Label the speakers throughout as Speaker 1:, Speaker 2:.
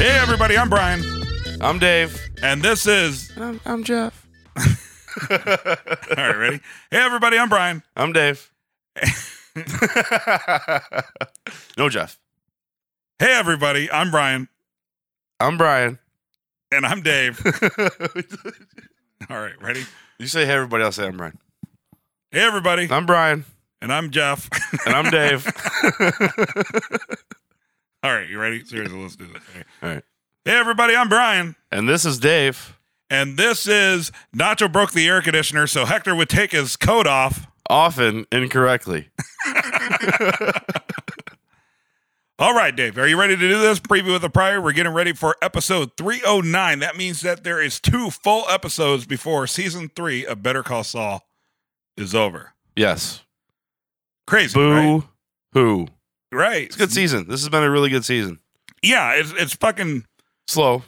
Speaker 1: everybody. I'm Brian,
Speaker 2: I'm Dave.
Speaker 1: and this is.
Speaker 2: I'm, I'm Jeff.
Speaker 1: All right, ready? Hey, everybody. I'm Brian.
Speaker 2: I'm Dave. no, Jeff.
Speaker 1: Hey, everybody. I'm Brian,
Speaker 2: I'm Brian.
Speaker 1: and I'm Dave.
Speaker 2: you
Speaker 1: All right, ready?
Speaker 2: say hey, everybody. I'll say I'm Brian.
Speaker 1: Hey, everybody.
Speaker 2: I'm Brian,
Speaker 1: And I'm Jeff.
Speaker 2: and I'm Dave.
Speaker 1: All right, you ready? Seriously, let's do this. Okay.
Speaker 2: All right.
Speaker 1: Hey, everybody. I'm Brian,
Speaker 2: and this is Dave.
Speaker 1: and this is Nacho broke the air conditioner, so Hector would take his coat off.
Speaker 2: Often incorrectly.
Speaker 1: All right, Dave, are you ready to do this? Preview with the prior. We're getting ready for episode 309. That means that there is two full episodes before season three of Better Call Saul is over.
Speaker 2: Yes.
Speaker 1: Crazy. Right?
Speaker 2: Boo hoo.
Speaker 1: right.
Speaker 2: It's a good season. This has been a really good season.
Speaker 1: Yeah, it's, it's fucking
Speaker 2: Slow.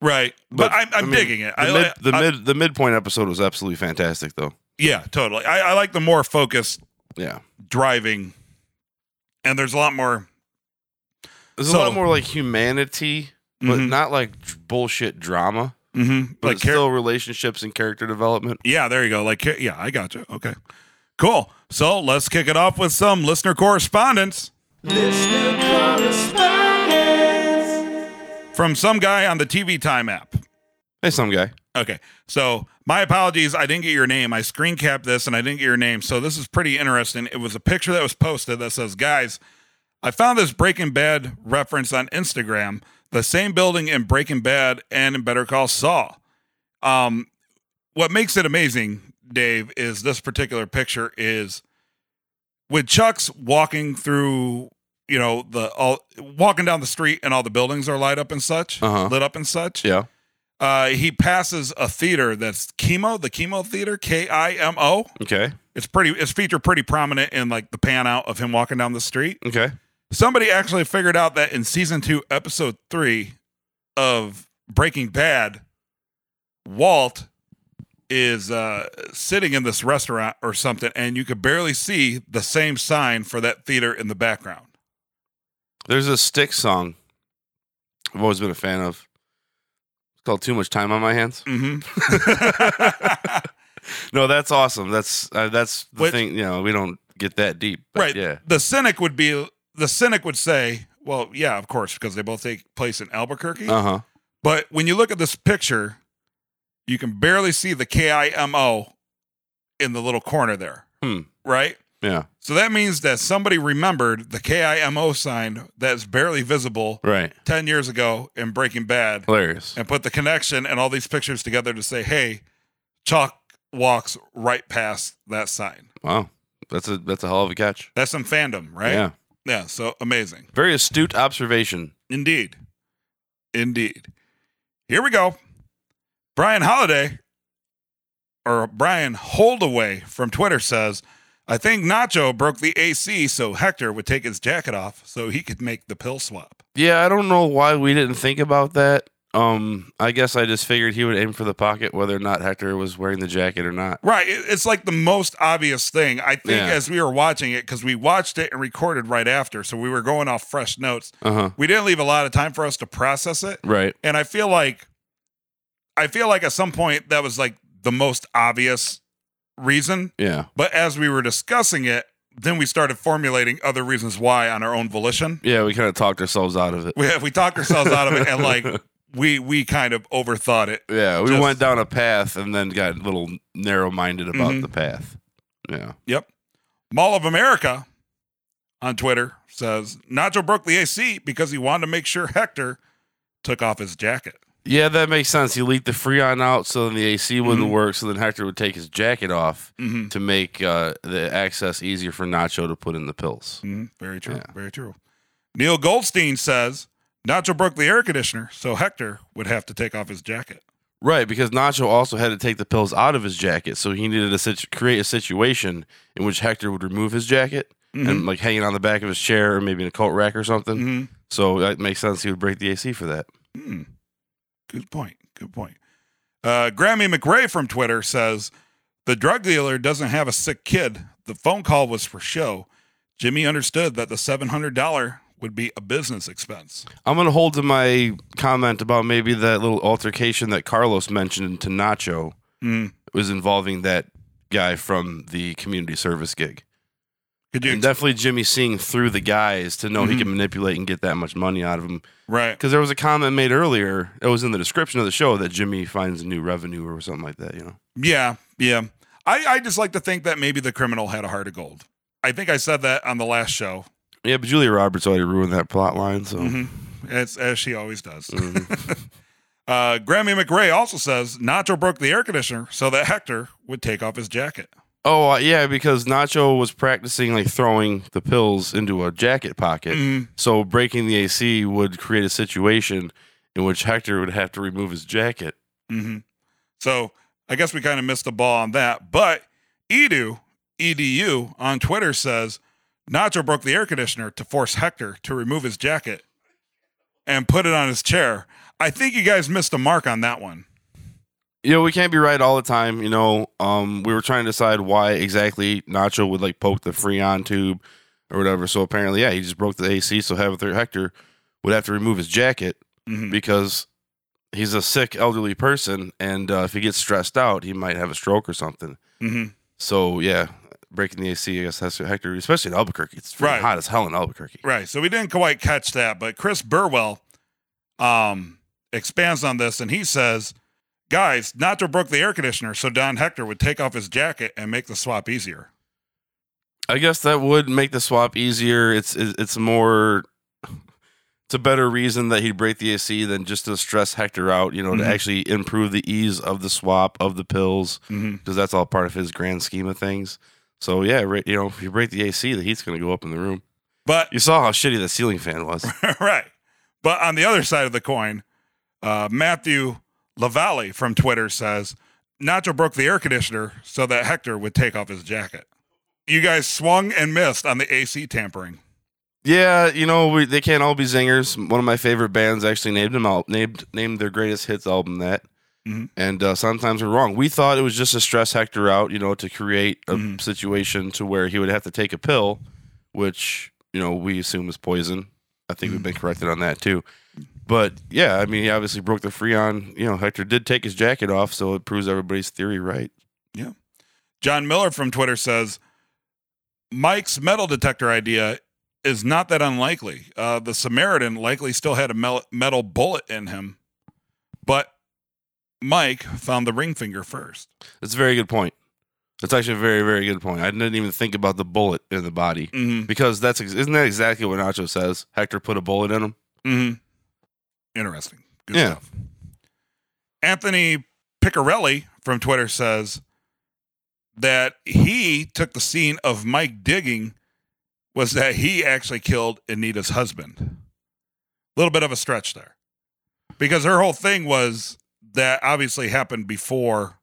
Speaker 1: right. But,
Speaker 2: But,
Speaker 1: I'm, I'm
Speaker 2: I mean,
Speaker 1: digging it.
Speaker 2: The,
Speaker 1: I,
Speaker 2: mid,
Speaker 1: li-
Speaker 2: the
Speaker 1: I-
Speaker 2: mid the midpoint episode was absolutely fantastic though.
Speaker 1: yeah, totally. I, I like the more focused
Speaker 2: Yeah.
Speaker 1: driving, and there's a lot more.
Speaker 2: There's a
Speaker 1: So-
Speaker 2: lot more like humanity, but
Speaker 1: Mhm,
Speaker 2: not like dr- bullshit drama.
Speaker 1: mhm.
Speaker 2: But
Speaker 1: like
Speaker 2: it's
Speaker 1: char-
Speaker 2: still relationships and character development.
Speaker 1: Yeah, there you go. Like, char- yeah, I got you. Okay, cool. So let's kick it off with some listener correspondence.
Speaker 3: Listener correspondence.
Speaker 1: from some guy on the TV Time app.
Speaker 2: Hey, some guy.
Speaker 1: Okay, so my apologies. I didn't get your name. I screen capped this and I didn't get your name. So this is pretty interesting. It was a picture that was posted that says, Guys, I found this Breaking Bad reference on Instagram, the same building in Breaking Bad and in Better Call Saul. Um, what makes it amazing, Dave, is this particular picture is with Chuck's walking through, you know, the all walking down the street and all the buildings are light up and such,
Speaker 2: Uh-huh.
Speaker 1: lit up and such.
Speaker 2: Yeah.
Speaker 1: Uh, he passes a theater that's chemo, the chemo theater, K I M O.
Speaker 2: Okay.
Speaker 1: It's pretty. It's featured pretty prominent in like the pan out of him walking down the street.
Speaker 2: Okay.
Speaker 1: Somebody actually figured out that in season two, episode three of Breaking Bad, Walt is uh, sitting in this restaurant or something, and you could barely see the same sign for that theater in the background.
Speaker 2: There's a stick song I've always been a fan of. It's called Too Much Time on My Hands.
Speaker 1: Mm-hmm.
Speaker 2: No, that's awesome. That's uh, that's the
Speaker 1: Which-
Speaker 2: thing, you know, we don't get that deep. but
Speaker 1: right.
Speaker 2: Yeah.
Speaker 1: The cynic would be the cynic would say, "Well, yeah, of course, because they both take place in Albuquerque."
Speaker 2: Uh-huh.
Speaker 1: But when you look at this picture, you can barely see the KIMO in the little corner there.
Speaker 2: Hmm.
Speaker 1: Right?
Speaker 2: Yeah.
Speaker 1: So that means that somebody remembered the KIMO sign that's barely visible
Speaker 2: Right.
Speaker 1: 10 years ago in Breaking Bad
Speaker 2: Hilarious.
Speaker 1: and put the connection and all these pictures together to say, hey, Chalk walks right past that sign.
Speaker 2: Wow. That's a that's a hell of a catch.
Speaker 1: That's some fandom, right?
Speaker 2: Yeah.
Speaker 1: Yeah. So amazing.
Speaker 2: Very astute observation.
Speaker 1: Indeed. Indeed. Here we go. Brian Holiday or Brian Holdaway from Twitter says, I think Nacho broke the AC so Hector would take his jacket off so he could make the pill swap.
Speaker 2: Yeah, I don't know why we didn't think about that. Um, I guess I just figured he would aim for the pocket, whether or not Hector was wearing the jacket or not.
Speaker 1: Right. it- It's like the most obvious thing. I think
Speaker 2: Yeah.
Speaker 1: as we were watching it, because we watched it and recorded right after. So we were going off fresh notes.
Speaker 2: Uh huh.
Speaker 1: We didn't leave a lot of time for us to process it.
Speaker 2: Right.
Speaker 1: and I feel like I feel like at some point that was like the most obvious reason,
Speaker 2: Yeah.
Speaker 1: but as we were discussing it, then we started formulating other reasons why on our own volition.
Speaker 2: Yeah, we kind of talked ourselves out of it.
Speaker 1: We we talked ourselves out of it and like we we kind of overthought it.
Speaker 2: Yeah, we
Speaker 1: Just-
Speaker 2: went down a path and then got a little narrow minded about
Speaker 1: Mhm.
Speaker 2: the path. Yeah.
Speaker 1: Yep. Mall of America on Twitter says Nacho broke the AC because he wanted to make sure Hector took off his jacket.
Speaker 2: Yeah, that makes sense. He leaked the Freon out so then the AC wouldn't work, so then Hector would take his jacket off
Speaker 1: Mm-hmm.
Speaker 2: to make uh, the access easier for Nacho to put in the pills.
Speaker 1: hmm Very true.
Speaker 2: Yeah.
Speaker 1: Very true. Neil Goldstein says Nacho broke the air conditioner, so Hector would have to take off his jacket.
Speaker 2: Right, because Nacho also had to take the pills out of his jacket, so he needed to situ- create a situation in which Hector would remove his jacket and like hanging on the back of his chair or maybe in a coat rack or something.
Speaker 1: hmm
Speaker 2: So that makes sense. He would break the AC for that.
Speaker 1: Hmm. Good point. Good point. Uh, Grammy McRae from Twitter says the drug dealer doesn't have a sick kid. The phone call was for show. Jimmy understood that the seven hundred dollar would be a business expense.
Speaker 2: I'm gonna hold to my comment about maybe that little altercation that Carlos mentioned to Nacho
Speaker 1: Mm.
Speaker 2: was involving that guy from the community service gig.
Speaker 1: Could you?
Speaker 2: And definitely Jimmy seeing through the guys to know he
Speaker 1: Mhm.
Speaker 2: can manipulate and get that much money out of him.
Speaker 1: right.
Speaker 2: Because there was a comment made earlier that was in the description of the show that Jimmy finds new revenue or something like that. You know,
Speaker 1: Yeah. Yeah. I, I just like to think that maybe the criminal had a heart of gold. I think I said that on the last show.
Speaker 2: yeah. But Julia Roberts already ruined that plot line, so
Speaker 1: Mhm. As, as she always does.
Speaker 2: Mhm.
Speaker 1: Uh, Grammy McRae also says Nacho broke the air conditioner so that Hector would take off his jacket.
Speaker 2: oh uh, yeah, because Nacho was practicing like throwing the pills into a jacket pocket.
Speaker 1: Mm,
Speaker 2: So breaking the AC would create a situation in which Hector would have to remove his jacket.
Speaker 1: mhm. So I guess we kind of missed the ball on that. But Edu, EDU on Twitter says Nacho broke the air conditioner to force Hector to remove his jacket and put it on his chair. I think you guys missed the mark on that one.
Speaker 2: You know, we can't be right all the time. You know, um, we were trying to decide why exactly Nacho would like poke the Freon tube or whatever. So apparently, yeah, he just broke the AC. So have Hector would have to remove his jacket
Speaker 1: Mhm.
Speaker 2: because he's a sick elderly person, and uh, if he gets stressed out, he might have a stroke or something.
Speaker 1: Mhm.
Speaker 2: So yeah, breaking the AC, I guess that's what Hector, especially in Albuquerque. It's freaking
Speaker 1: Right.
Speaker 2: hot as hell in Albuquerque.
Speaker 1: Right. So we didn't quite catch that, but Chris Burwell um, expands on this and he says, guys, Nacho broke the air conditioner so Don Hector would take off his jacket and make the swap easier.
Speaker 2: I guess that would make the swap easier. It's it's it's more. It's a better reason that he'd break the AC than just to stress Hector out. You know,
Speaker 1: Mhm.
Speaker 2: to actually improve the ease of the swap of the pills
Speaker 1: Mm-hmm.
Speaker 2: because that's all part of his grand scheme of things. So yeah, right, you know, if you break the AC, the heat's going to go up in the room.
Speaker 1: But,
Speaker 2: You saw how shitty the ceiling fan was.
Speaker 1: right. But on the other side of the coin, uh, Matthew Lavalle from Twitter says, Nacho broke the air conditioner so that Hector would take off his jacket. You guys swung and missed on the AC tampering.
Speaker 2: Yeah, you know, we, they can't all be zingers. One of my favorite bands actually named them out, named named their greatest hits album that.
Speaker 1: Mhm.
Speaker 2: And uh, sometimes we're wrong. We thought it was just to stress Hector out, you know, to create a
Speaker 1: Mhm.
Speaker 2: situation to where he would have to take a pill, which you know we assume is poison. I think we've been corrected on that too. But yeah, I mean, he obviously broke the freon. You know, Hector did take his jacket off, so it proves everybody's theory right.
Speaker 1: John Miller from Twitter says Mike's metal detector idea is not that unlikely. Uh, the Samaritan likely still had a mel- metal bullet in him, but Mike found the ring finger first.
Speaker 2: That's a very good point. That's actually a very, very good point. I didn't even think about the bullet in the body.
Speaker 1: Mm-hmm.
Speaker 2: Because that's ex- isn't that exactly what Nacho says? Hector put a bullet in him.
Speaker 1: Mm-hmm. Interesting. Good
Speaker 2: Yeah.
Speaker 1: stuff. Anthony Piccarelli from Twitter says that he took the scene of Mike digging was that he actually killed Anita's husband. A little bit of a stretch there. Because her whole thing was that obviously happened before.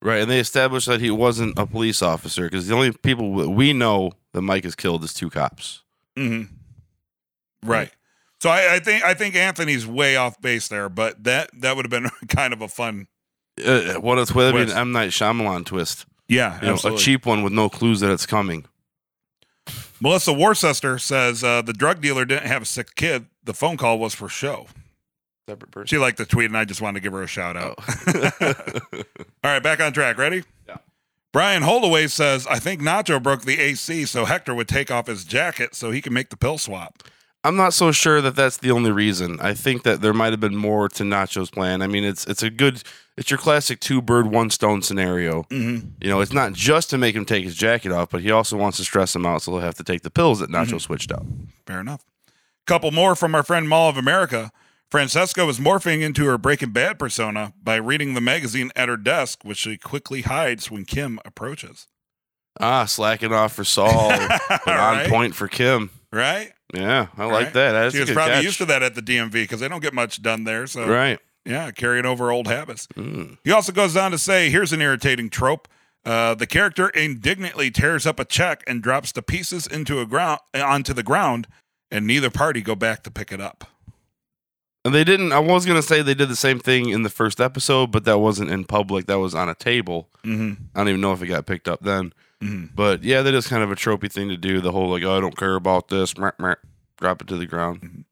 Speaker 2: Right, and they established that he wasn't a police officer because the only people that we know that Mike has killed is two cops.
Speaker 1: Mm-hmm. Right. So I, I think I think Anthony's way off base there, but that that would have been kind of a fun.
Speaker 2: Uh, what a twist! I mean,
Speaker 1: Twist.
Speaker 2: M Night Shyamalan twist.
Speaker 1: Yeah,
Speaker 2: You know, a cheap one with no clues that it's coming.
Speaker 1: Melissa Worcester says uh, the drug dealer didn't have a sick kid. The phone call was for show.
Speaker 2: Separate person.
Speaker 1: She liked the tweet, and I just wanted to give her a shout out.
Speaker 2: Oh.
Speaker 1: All right, back on track. Ready?
Speaker 2: Yeah.
Speaker 1: Brian Holdaway says, I think Nacho broke the AC so Hector would take off his jacket so he can make the pill swap.
Speaker 2: I'm not so sure that that's the only reason. I think that there might have been more to Nacho's plan. I mean, it's it's a good, it's your classic two bird one stone scenario.
Speaker 1: Mm-hmm.
Speaker 2: You know, it's not just to make him take his jacket off, but he also wants to stress him out, so he'll have to take the pills that
Speaker 1: Mm-hmm.
Speaker 2: Nacho switched out.
Speaker 1: Fair enough. Couple more from our friend Mall of America. Francesca was morphing into her Breaking Bad persona by reading the magazine at her desk, which she quickly hides when Kim approaches.
Speaker 2: Ah, slacking off for Saul, but
Speaker 1: Right?
Speaker 2: on point for Kim.
Speaker 1: Right?
Speaker 2: Yeah, I like
Speaker 1: Right.
Speaker 2: that. That's
Speaker 1: she
Speaker 2: a
Speaker 1: was
Speaker 2: good
Speaker 1: probably
Speaker 2: catch.
Speaker 1: used to that at the DMV because they don't get much done there. So
Speaker 2: Right.
Speaker 1: yeah, carrying over old habits.
Speaker 2: Mm.
Speaker 1: He also goes on to say, "Here's an irritating trope: uh, the character indignantly tears up a check and drops the pieces into a ground uh, onto the ground, and neither party go back to pick it up."
Speaker 2: And they didn't. I was gonna say they did the same thing in the first episode, but that wasn't in public. That was on a table.
Speaker 1: Mm-hmm.
Speaker 2: I don't even know if it got picked up then.
Speaker 1: Mm-hmm.
Speaker 2: But yeah, that is kind of a tropey thing to do. The whole like, oh, I don't care about this. meh, meh. drop it to the ground.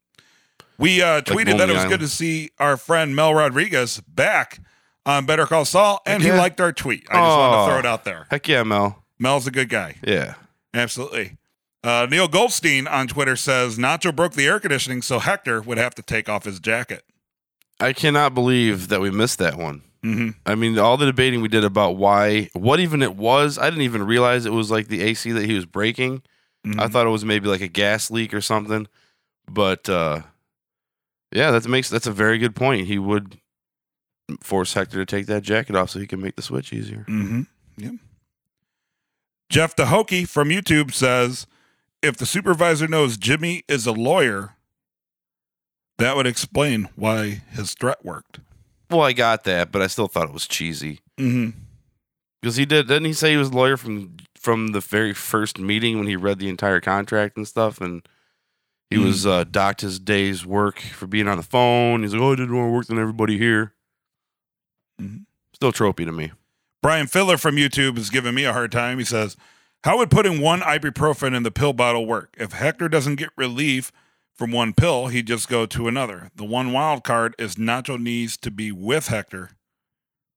Speaker 1: We uh, tweeted that it
Speaker 2: Lonely
Speaker 1: was good
Speaker 2: Island.
Speaker 1: to see our friend Mel Rodriguez back on Better Call Saul, and he
Speaker 2: Yeah.
Speaker 1: liked our tweet. I just wanted
Speaker 2: Aw.
Speaker 1: to throw it out there.
Speaker 2: Heck yeah, Mel.
Speaker 1: Mel's a good guy.
Speaker 2: Yeah.
Speaker 1: Absolutely. Uh, Neil Goldstein on Twitter says Nacho broke the air conditioning, so Hector would have to take off his jacket.
Speaker 2: I cannot believe that we missed that one.
Speaker 1: Mm-hmm.
Speaker 2: I mean, all the debating we did about why, what even it was, I didn't even realize it was like the AC that he was breaking.
Speaker 1: Mm-hmm.
Speaker 2: I thought it was maybe like a gas leak or something. But uh, yeah, that makes that's a very good point. He would force Hector to take that jacket off so he can make the switch easier.
Speaker 1: Mm-hmm. Yep. Jeff the Hokie from YouTube says, if the supervisor knows Jimmy is a lawyer, that would explain why his threat worked.
Speaker 2: Well, I got that, but I still thought it was cheesy
Speaker 1: Mm-hmm.
Speaker 2: because he did. Didn't he say he was a lawyer from from the very first meeting when he read the entire contract and stuff and. He
Speaker 1: Hmm.
Speaker 2: was uh, docked his day's work for being on the phone. He's like, "Oh, I did more work than everybody here."
Speaker 1: Mhm.
Speaker 2: Still tropey to me.
Speaker 1: Brian Filler from YouTube is giving me a hard time. He says, How would putting one ibuprofen in the pill bottle work? If Hector doesn't get relief from one pill, he'd just go to another. The one wild card is Nacho needs to be with Hector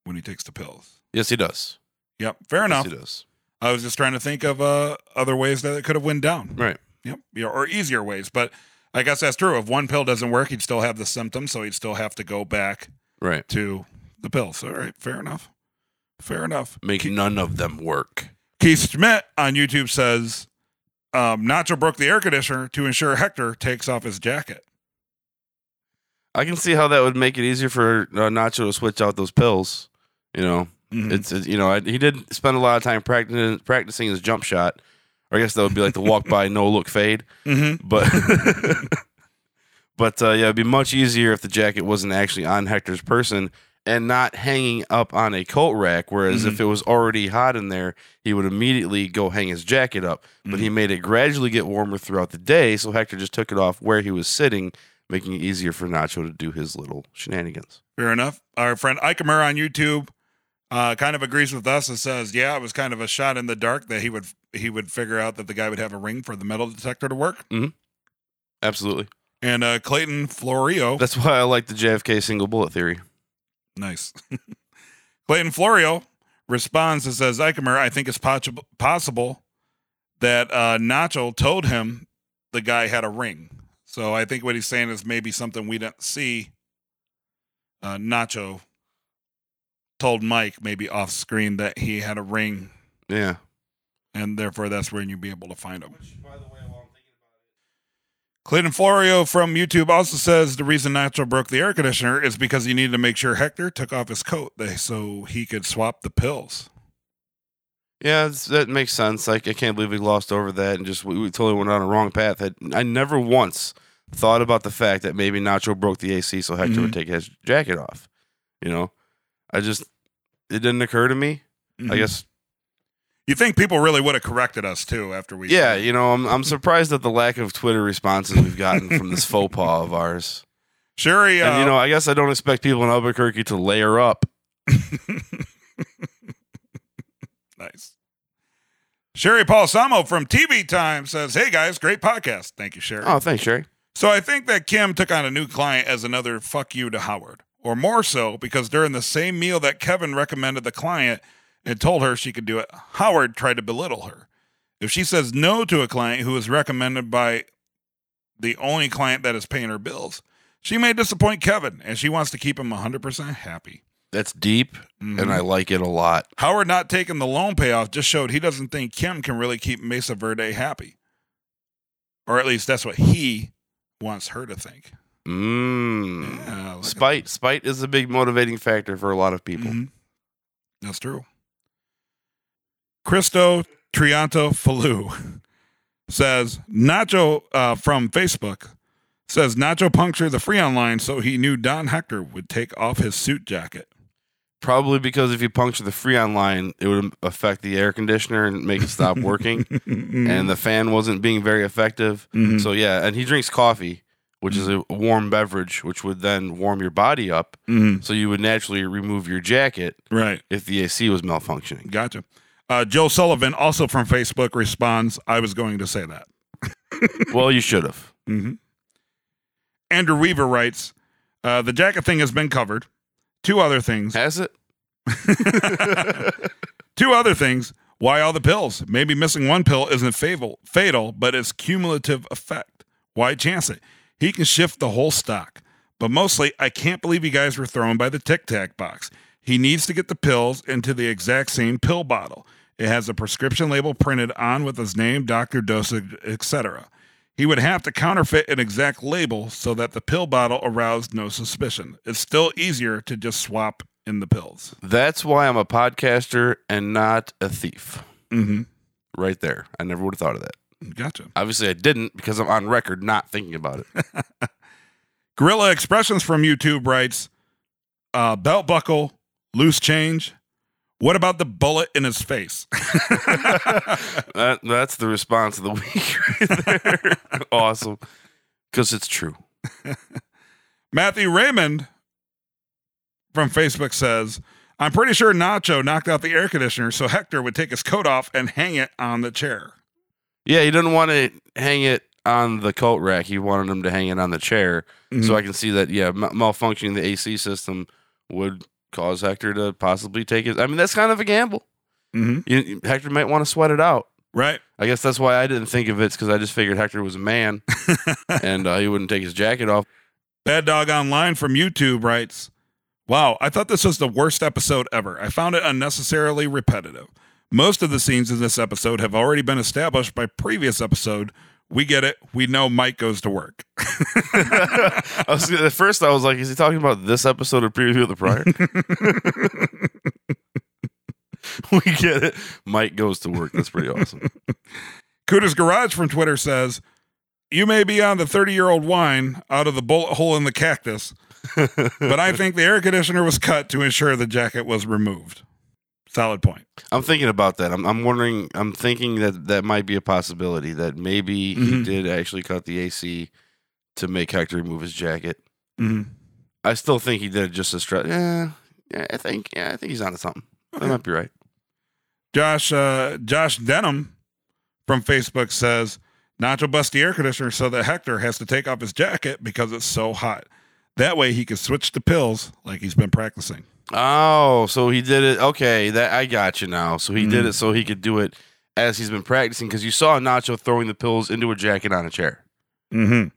Speaker 1: when he takes the pills.
Speaker 2: Yes, he does.
Speaker 1: Yep, fair enough.
Speaker 2: Yes, he does.
Speaker 1: I was just trying to think of uh, other ways that it could have went down.
Speaker 2: Right.
Speaker 1: Yep, yeah, or easier ways. But I guess that's true. If one pill doesn't work, he'd still have the symptoms, so he'd still have to go back
Speaker 2: Right.
Speaker 1: to the pills. All right, fair enough. Fair enough.
Speaker 2: make none of them work.
Speaker 1: Keith Schmidt on YouTube says um, Nacho broke the air conditioner to ensure Hector takes off his jacket.
Speaker 2: I can see how that would make it easier for uh, Nacho to switch out those pills. You know,
Speaker 1: Mm-hmm.
Speaker 2: it's it's- you know I, he did spend a lot of time practicing practicing his jump shot. Or I guess that would be like the walk by no look fade,
Speaker 1: Mhm.
Speaker 2: but but uh, yeah, it'd be much easier if the jacket wasn't actually on Hector's person and not hanging up on a coat rack. Whereas if it was already hot in there, he would immediately go hang his jacket up. But he made it gradually get warmer throughout the day, so Hector just took it off where he was sitting, making it easier for Nacho to do his little shenanigans.
Speaker 1: Fair enough. Our friend Ikemer on YouTube uh, kind of agrees with us and says, "Yeah, it was kind of a shot in the dark that he would he would figure out that the guy would have a ring for the metal detector to work."
Speaker 2: Absolutely.
Speaker 1: And uh, Clayton Florio,
Speaker 2: That's why I like the JFK single bullet theory.
Speaker 1: nice. Clayton Florio responds and says, "Ikemer, I think it's possib- possible that uh, Nacho told him the guy had a ring. So I think what he's saying is maybe something we didn't see. Uh, Nacho told Mike maybe off screen that he had a ring,
Speaker 2: Yeah.
Speaker 1: and therefore that's when you'd be able to find him." Clayton Florio from YouTube also says the reason Nacho broke the air conditioner is because he needed to make sure Hector took off his coat they- so he could swap the pills.
Speaker 2: Yeah, it's, that makes sense. Like I can't believe we lost over that and just we, we totally went on a wrong path. I, I never once thought about the fact that maybe Nacho broke the AC so Hector would take his jacket off. You know, I just it didn't occur to me.
Speaker 1: Mm-hmm.
Speaker 2: I guess.
Speaker 1: you think people really would have corrected us too after we.
Speaker 2: Yeah, you know, I'm I'm surprised at the lack of Twitter responses we've gotten from this faux pas of ours.
Speaker 1: Sherry, uh,
Speaker 2: And you know, I guess I don't expect people in Albuquerque to layer up.
Speaker 1: Nice. Sherry Paul Samo from TV Time says, Hey guys, great podcast. Thank you, Sherry.
Speaker 2: Oh, thanks, Sherry.
Speaker 1: So I think that Kim took on a new client as another fuck you to Howard, or more so because during the same meal that Kevin recommended the client and told her she could do it, Howard tried to belittle her. If she says no to a client who is recommended by the only client that is paying her bills, she may disappoint Kevin and she wants to keep him 100% happy.
Speaker 2: That's deep,
Speaker 1: Mhm.
Speaker 2: and I like it a lot.
Speaker 1: Howard not taking the loan payoff just showed he doesn't think Kim can really keep Mesa Verde happy. Or at least that's what he wants her to think.
Speaker 2: Mmm.
Speaker 1: Yeah, look at
Speaker 2: Spite, spite is a big motivating factor for a lot of people.
Speaker 1: Mhm. That's true. Cristo Trianto Falou says Nacho uh, from Facebook says Nacho punctured the Freon line, so he knew Don Hector would take off his suit jacket.
Speaker 2: Probably because if you puncture the Freon line, it would affect the air conditioner and make it stop
Speaker 1: Mm-hmm.
Speaker 2: working. and the fan wasn't being very effective.
Speaker 1: Mhm.
Speaker 2: So yeah, and he drinks coffee, which is a warm beverage, which would then warm your body up.
Speaker 1: Mhm.
Speaker 2: So you would naturally remove your jacket
Speaker 1: right,
Speaker 2: if the AC was malfunctioning.
Speaker 1: gotcha. Uh, Joe Sullivan, also from Facebook, responds, "I was going to say that."
Speaker 2: well, you should have.
Speaker 1: hmm Andrew Weaver writes, uh, the jacket thing has been covered. Two other things.
Speaker 2: Has it?
Speaker 1: Two other things. Why all the pills? Maybe missing one pill isn't fatal, fatal, but it's cumulative effect. Why chance it? He can shift the whole stock. But mostly, I can't believe you guys were thrown by the Tic Tac box. He needs to get the pills into the exact same pill bottle. It has a prescription label printed on with his name, doctor, dosage, etc. He would have to counterfeit an exact label so that the pill bottle aroused no suspicion. It's still easier to just swap in the pills.
Speaker 2: That's why I'm a podcaster and not a thief.
Speaker 1: Mm-hmm.
Speaker 2: Right there. I never would have thought of that.
Speaker 1: Gotcha.
Speaker 2: Obviously, I didn't because I'm on record not thinking about it.
Speaker 1: Gorilla Expressions from YouTube writes, uh, belt buckle, loose change. What about the bullet in his face?
Speaker 2: That, that's the response of the week right there. awesome. Because it's true.
Speaker 1: Matthew Raymond from Facebook says, I'm pretty sure Nacho knocked out the air conditioner, so Hector would take his coat off and hang it on the chair.
Speaker 2: Yeah, he didn't want to hang it on the coat rack. He wanted him to hang it on the chair. So I can see that, yeah, ma- malfunctioning the AC system would cause Hector to possibly take his. I mean, that's kind of a gamble.
Speaker 1: mm-hmm.
Speaker 2: You- You, Hector might want to sweat it out.
Speaker 1: Right.
Speaker 2: I guess that's why I didn't think of it, because I just figured Hector was a man and uh, he wouldn't take his jacket off.
Speaker 1: Bad Dog Online from YouTube writes, Wow, I thought this was the worst episode ever. I found it unnecessarily repetitive. Most of the scenes in this episode have already been established by previous episode. We get it. We know Mike goes to work.
Speaker 2: I was, at first, I was like, is he talking about this episode of Preview of the Prior? we get it. Mike goes to work. That's pretty awesome.
Speaker 1: Cooter's Garage from Twitter says, You may be on the 30 year old wine out of the bullet hole in the cactus, but I think the air conditioner was cut to ensure the jacket was removed. Solid point.
Speaker 2: I'm thinking about that. I'm, I'm wondering. I'm thinking that that might be a possibility that maybe he
Speaker 1: Mhm.
Speaker 2: did actually cut the AC to make Hector remove his jacket.
Speaker 1: Mm-hmm.
Speaker 2: I still think he did just to stress. Yeah, yeah. I think. Yeah, I think he's onto something. That might be right.
Speaker 1: Josh uh, Josh Denham from Facebook says Nacho bust the air conditioner so that Hector has to take off his jacket because it's so hot. That way he can switch to pills like he's been practicing.
Speaker 2: Oh, so he did it. Okay, that I got you now. So he did
Speaker 1: Mm.
Speaker 2: it so he could do it as he's been practicing because you saw Nacho throwing the pills into a jacket on a chair.
Speaker 1: Mm-hmm.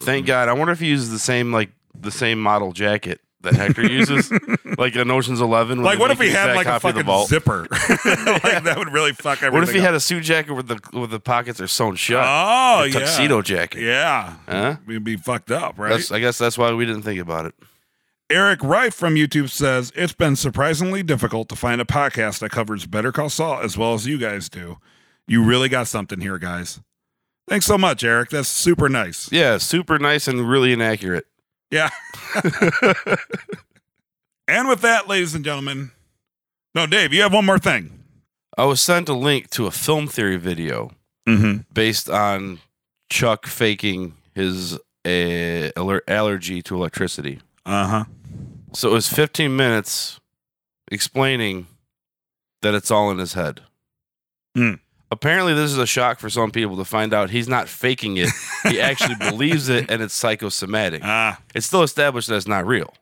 Speaker 2: Thank God. I wonder if he uses the same like the same model jacket that Hector uses, like an Ocean's Eleven. when
Speaker 1: Like,
Speaker 2: they
Speaker 1: what if
Speaker 2: make
Speaker 1: he
Speaker 2: the
Speaker 1: had like
Speaker 2: exact
Speaker 1: a
Speaker 2: copy of the
Speaker 1: fucking
Speaker 2: vault.
Speaker 1: zipper? like that would really fuck everything.
Speaker 2: What if he
Speaker 1: up.
Speaker 2: had a suit jacket with the with the pockets are sewn shut?
Speaker 1: Oh
Speaker 2: a
Speaker 1: yeah,
Speaker 2: tuxedo jacket.
Speaker 1: Yeah,
Speaker 2: Huh?
Speaker 1: we'd be fucked up, right?
Speaker 2: That's, I guess that's why we didn't think about it.
Speaker 1: Eric Reif from YouTube says it's been surprisingly difficult to find a podcast that covers Better Call Saul as well as you guys do. You really got something here, guys. Thanks so much, Eric. That's super nice.
Speaker 2: Yeah, super nice and really inaccurate.
Speaker 1: Yeah. and with that, ladies and gentlemen, no, Dave, you have one more thing.
Speaker 2: I was sent a link to a film theory video
Speaker 1: Mm-hmm.
Speaker 2: based on Chuck faking his uh, aller- allergy to electricity.
Speaker 1: Uh huh.
Speaker 2: So it was 15 minutes explaining that it's all in his head.
Speaker 1: Hmm.
Speaker 2: Apparently, this is a shock for some people to find out he's not faking it. He actually believes it, and it's psychosomatic.
Speaker 1: Ah.
Speaker 2: It's still established that it's not real.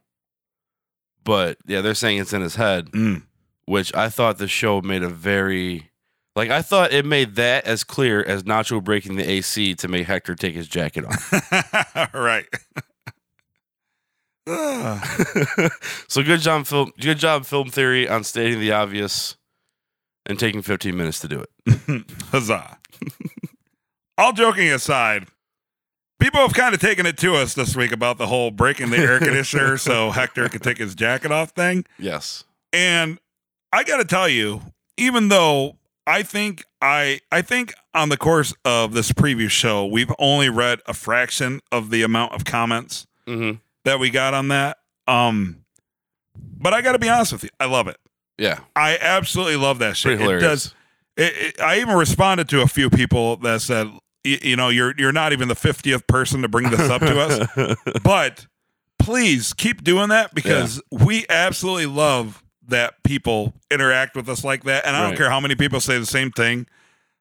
Speaker 2: But yeah, they're saying it's in his head,
Speaker 1: Mm.
Speaker 2: which I thought the show made a very like I thought it made that as clear as Nacho breaking the AC to make Hector take his jacket off.
Speaker 1: All right. Ah.
Speaker 2: so good job film good job film theory on stating the obvious and taking 15 minutes to do it.
Speaker 1: Huzzah. All joking aside, people have kind of taken it to us this week about the whole breaking the air conditioner so Hector could take his jacket off thing.
Speaker 2: Yes.
Speaker 1: And I got to tell you, even though I think I I think on the course of this preview show, we've only read a fraction of the amount of comments
Speaker 2: Mhm.
Speaker 1: that we got on that. Um but I got to be honest with you, I love it.
Speaker 2: Yeah.
Speaker 1: I absolutely love that shit.
Speaker 2: Pretty hilarious.
Speaker 1: It does it, it, I even responded to a few people that said, you, you know, you're you're not even the 50th person to bring this up to us, but please keep doing that because we absolutely love that people interact with us like that, and I don't
Speaker 2: Right.
Speaker 1: care how many people say the same thing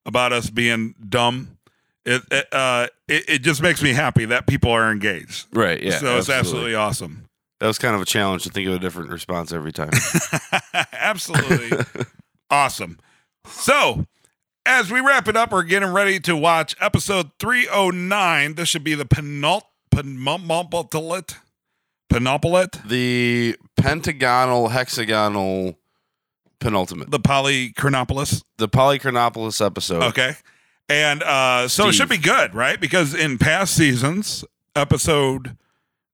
Speaker 1: about us being dumb It it, uh, it it just makes me happy that people are engaged.
Speaker 2: Right. Yeah.
Speaker 1: so it's absolutely awesome.
Speaker 2: That was kind of a challenge to think of a different response every time.
Speaker 1: absolutely awesome. So, as we wrap it up, we're getting ready to watch episode 309. This should be the penult penultimate penultimate
Speaker 2: the pentagonal, hexagonal, penultimate,
Speaker 1: the polychronopolis.
Speaker 2: the Polychronopolis episode.
Speaker 1: Okay. And uh, so it should be
Speaker 2: Oh. Steve.
Speaker 1: good, right? Because in past seasons, episode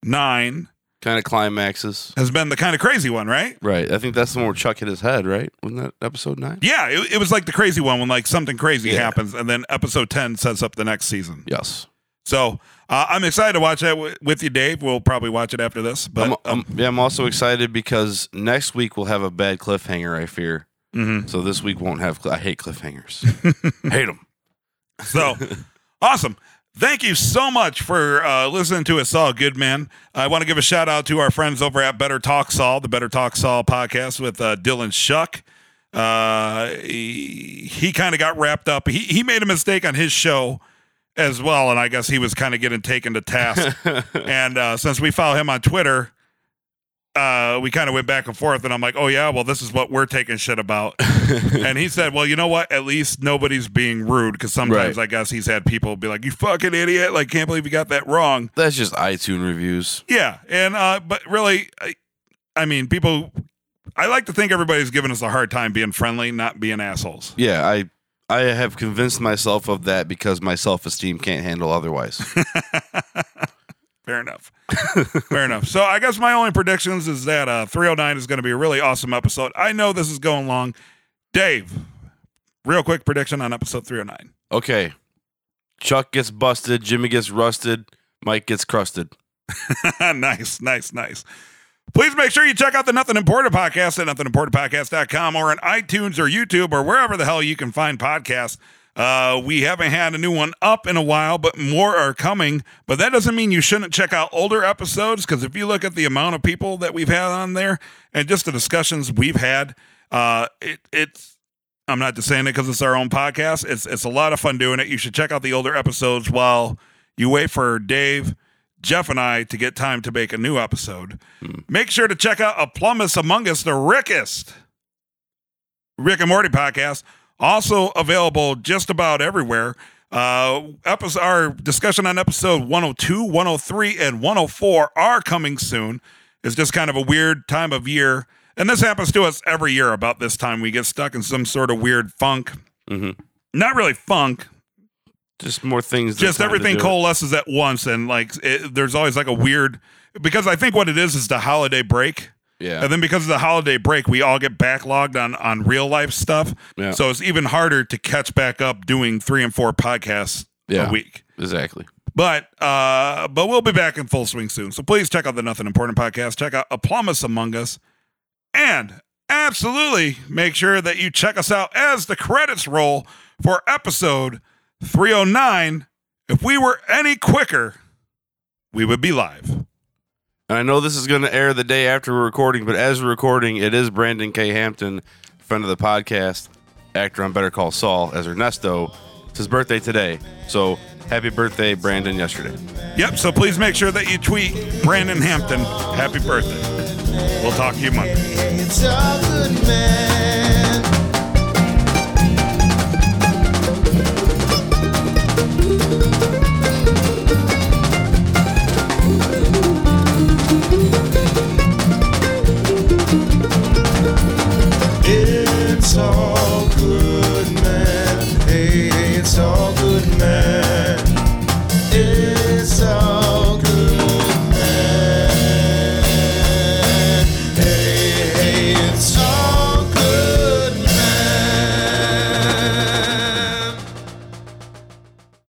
Speaker 1: nine
Speaker 2: Kind of climaxes.
Speaker 1: has been the kind of crazy one, right?
Speaker 2: Right. I think that's the one where Chuck hit his head. Right. Wasn't that episode nine?
Speaker 1: Yeah, it, it was like the crazy one when like something crazy
Speaker 2: Yeah.
Speaker 1: happens, and then episode ten sets up the next season.
Speaker 2: Yes.
Speaker 1: So uh, I'm excited to watch that wi with you, Dave. We'll probably watch it after this, but
Speaker 2: I'm,
Speaker 1: um,
Speaker 2: I'm, yeah, I'm also excited because next week we'll have a bad cliffhanger. I fear.
Speaker 1: mhm.
Speaker 2: So this week won't have. Cl- I hate cliffhangers. hate them.
Speaker 1: so awesome. Thank you so much for uh, listening to us all, good man. I want to give a shout out to our friends over at Better Talk Saul, the Better Talk Saul podcast with uh, Dylan Shuck. Uh, he he kind of got wrapped up. He he made a mistake on his show as well, and I guess he was kind of getting taken to task. and uh, since we follow him on Twitter, uh, we kind of went back and forth, and I'm like, oh yeah, well this is what we're taking shit about. and he said, well, you know what? At least nobody's being rude because sometimes
Speaker 2: Right.
Speaker 1: I guess he's had people be like, you fucking idiot, like can't believe you got that wrong.
Speaker 2: That's just iTunes reviews.
Speaker 1: Yeah, and uh, but really, I, I mean, people. I like to think everybody's giving us a hard time being friendly, not being assholes.
Speaker 2: Yeah, I I have convinced myself of that because my self esteem can't handle otherwise.
Speaker 1: Fair enough. Fair enough. So I guess my only predictions is that uh, 309 is going to be a really awesome episode. I know this is going long. Dave, real quick prediction on episode 309.
Speaker 2: okay, Chuck gets busted, Jimmy gets rusted, Mike gets crusted.
Speaker 1: nice, nice, nice. Please make sure you check out the Nothing Important podcast at nothingimportantpodcast.com or on iTunes or YouTube or wherever the hell you can find podcasts. Uh, we haven't had a new one up in a while, but more are coming. But that doesn't mean you shouldn't check out older episodes because if you look at the amount of people that we've had on there and just the discussions we've had, uh, it, it's I'm not just saying it because it's our own podcast. It's it's a lot of fun doing it. You should check out the older episodes while you wait for Dave, Jeff, and I to get time to make a new episode. Make sure to check out A Plumbus Among Us, the Rickest Rick and Morty podcast, also available just about everywhere. Uh, episode, our discussion on episode 102, 103, and 104 are coming soon. It's just kind of a weird time of year. And this happens to us every year about this time. We get stuck in some sort of weird funk.
Speaker 2: Mhm.
Speaker 1: Not really funk,
Speaker 2: Just more things. that
Speaker 1: just
Speaker 2: time to
Speaker 1: everything
Speaker 2: do it.
Speaker 1: coalesces at once. And like, it, there's always like a weird, because I think what it is is the holiday break.
Speaker 2: Yeah.
Speaker 1: And then because of the holiday break, we all get backlogged on on real life stuff.
Speaker 2: Yeah.
Speaker 1: So it's even harder to catch back up doing three and four podcasts
Speaker 2: Yeah.
Speaker 1: a week.
Speaker 2: exactly.
Speaker 1: But uh but we'll be back in full swing soon. So please check out the Nothing Important podcast. Check out A Plumbus Among Us. And absolutely make sure that you check us out as the credits roll for episode 309. If we were any quicker, we would be live.
Speaker 2: And I know this is going to air the day after we're recording, but as we're recording, it is Brandon K. Hampton, friend of the podcast, actor on Better Call Saul as Ernesto. It's his birthday today, so happy birthday, Brandon! Yesterday.
Speaker 1: Yep, so please make sure that you tweet Brandon Hampton, happy birthday. We'll talk to you Monday.
Speaker 3: It's all good, man.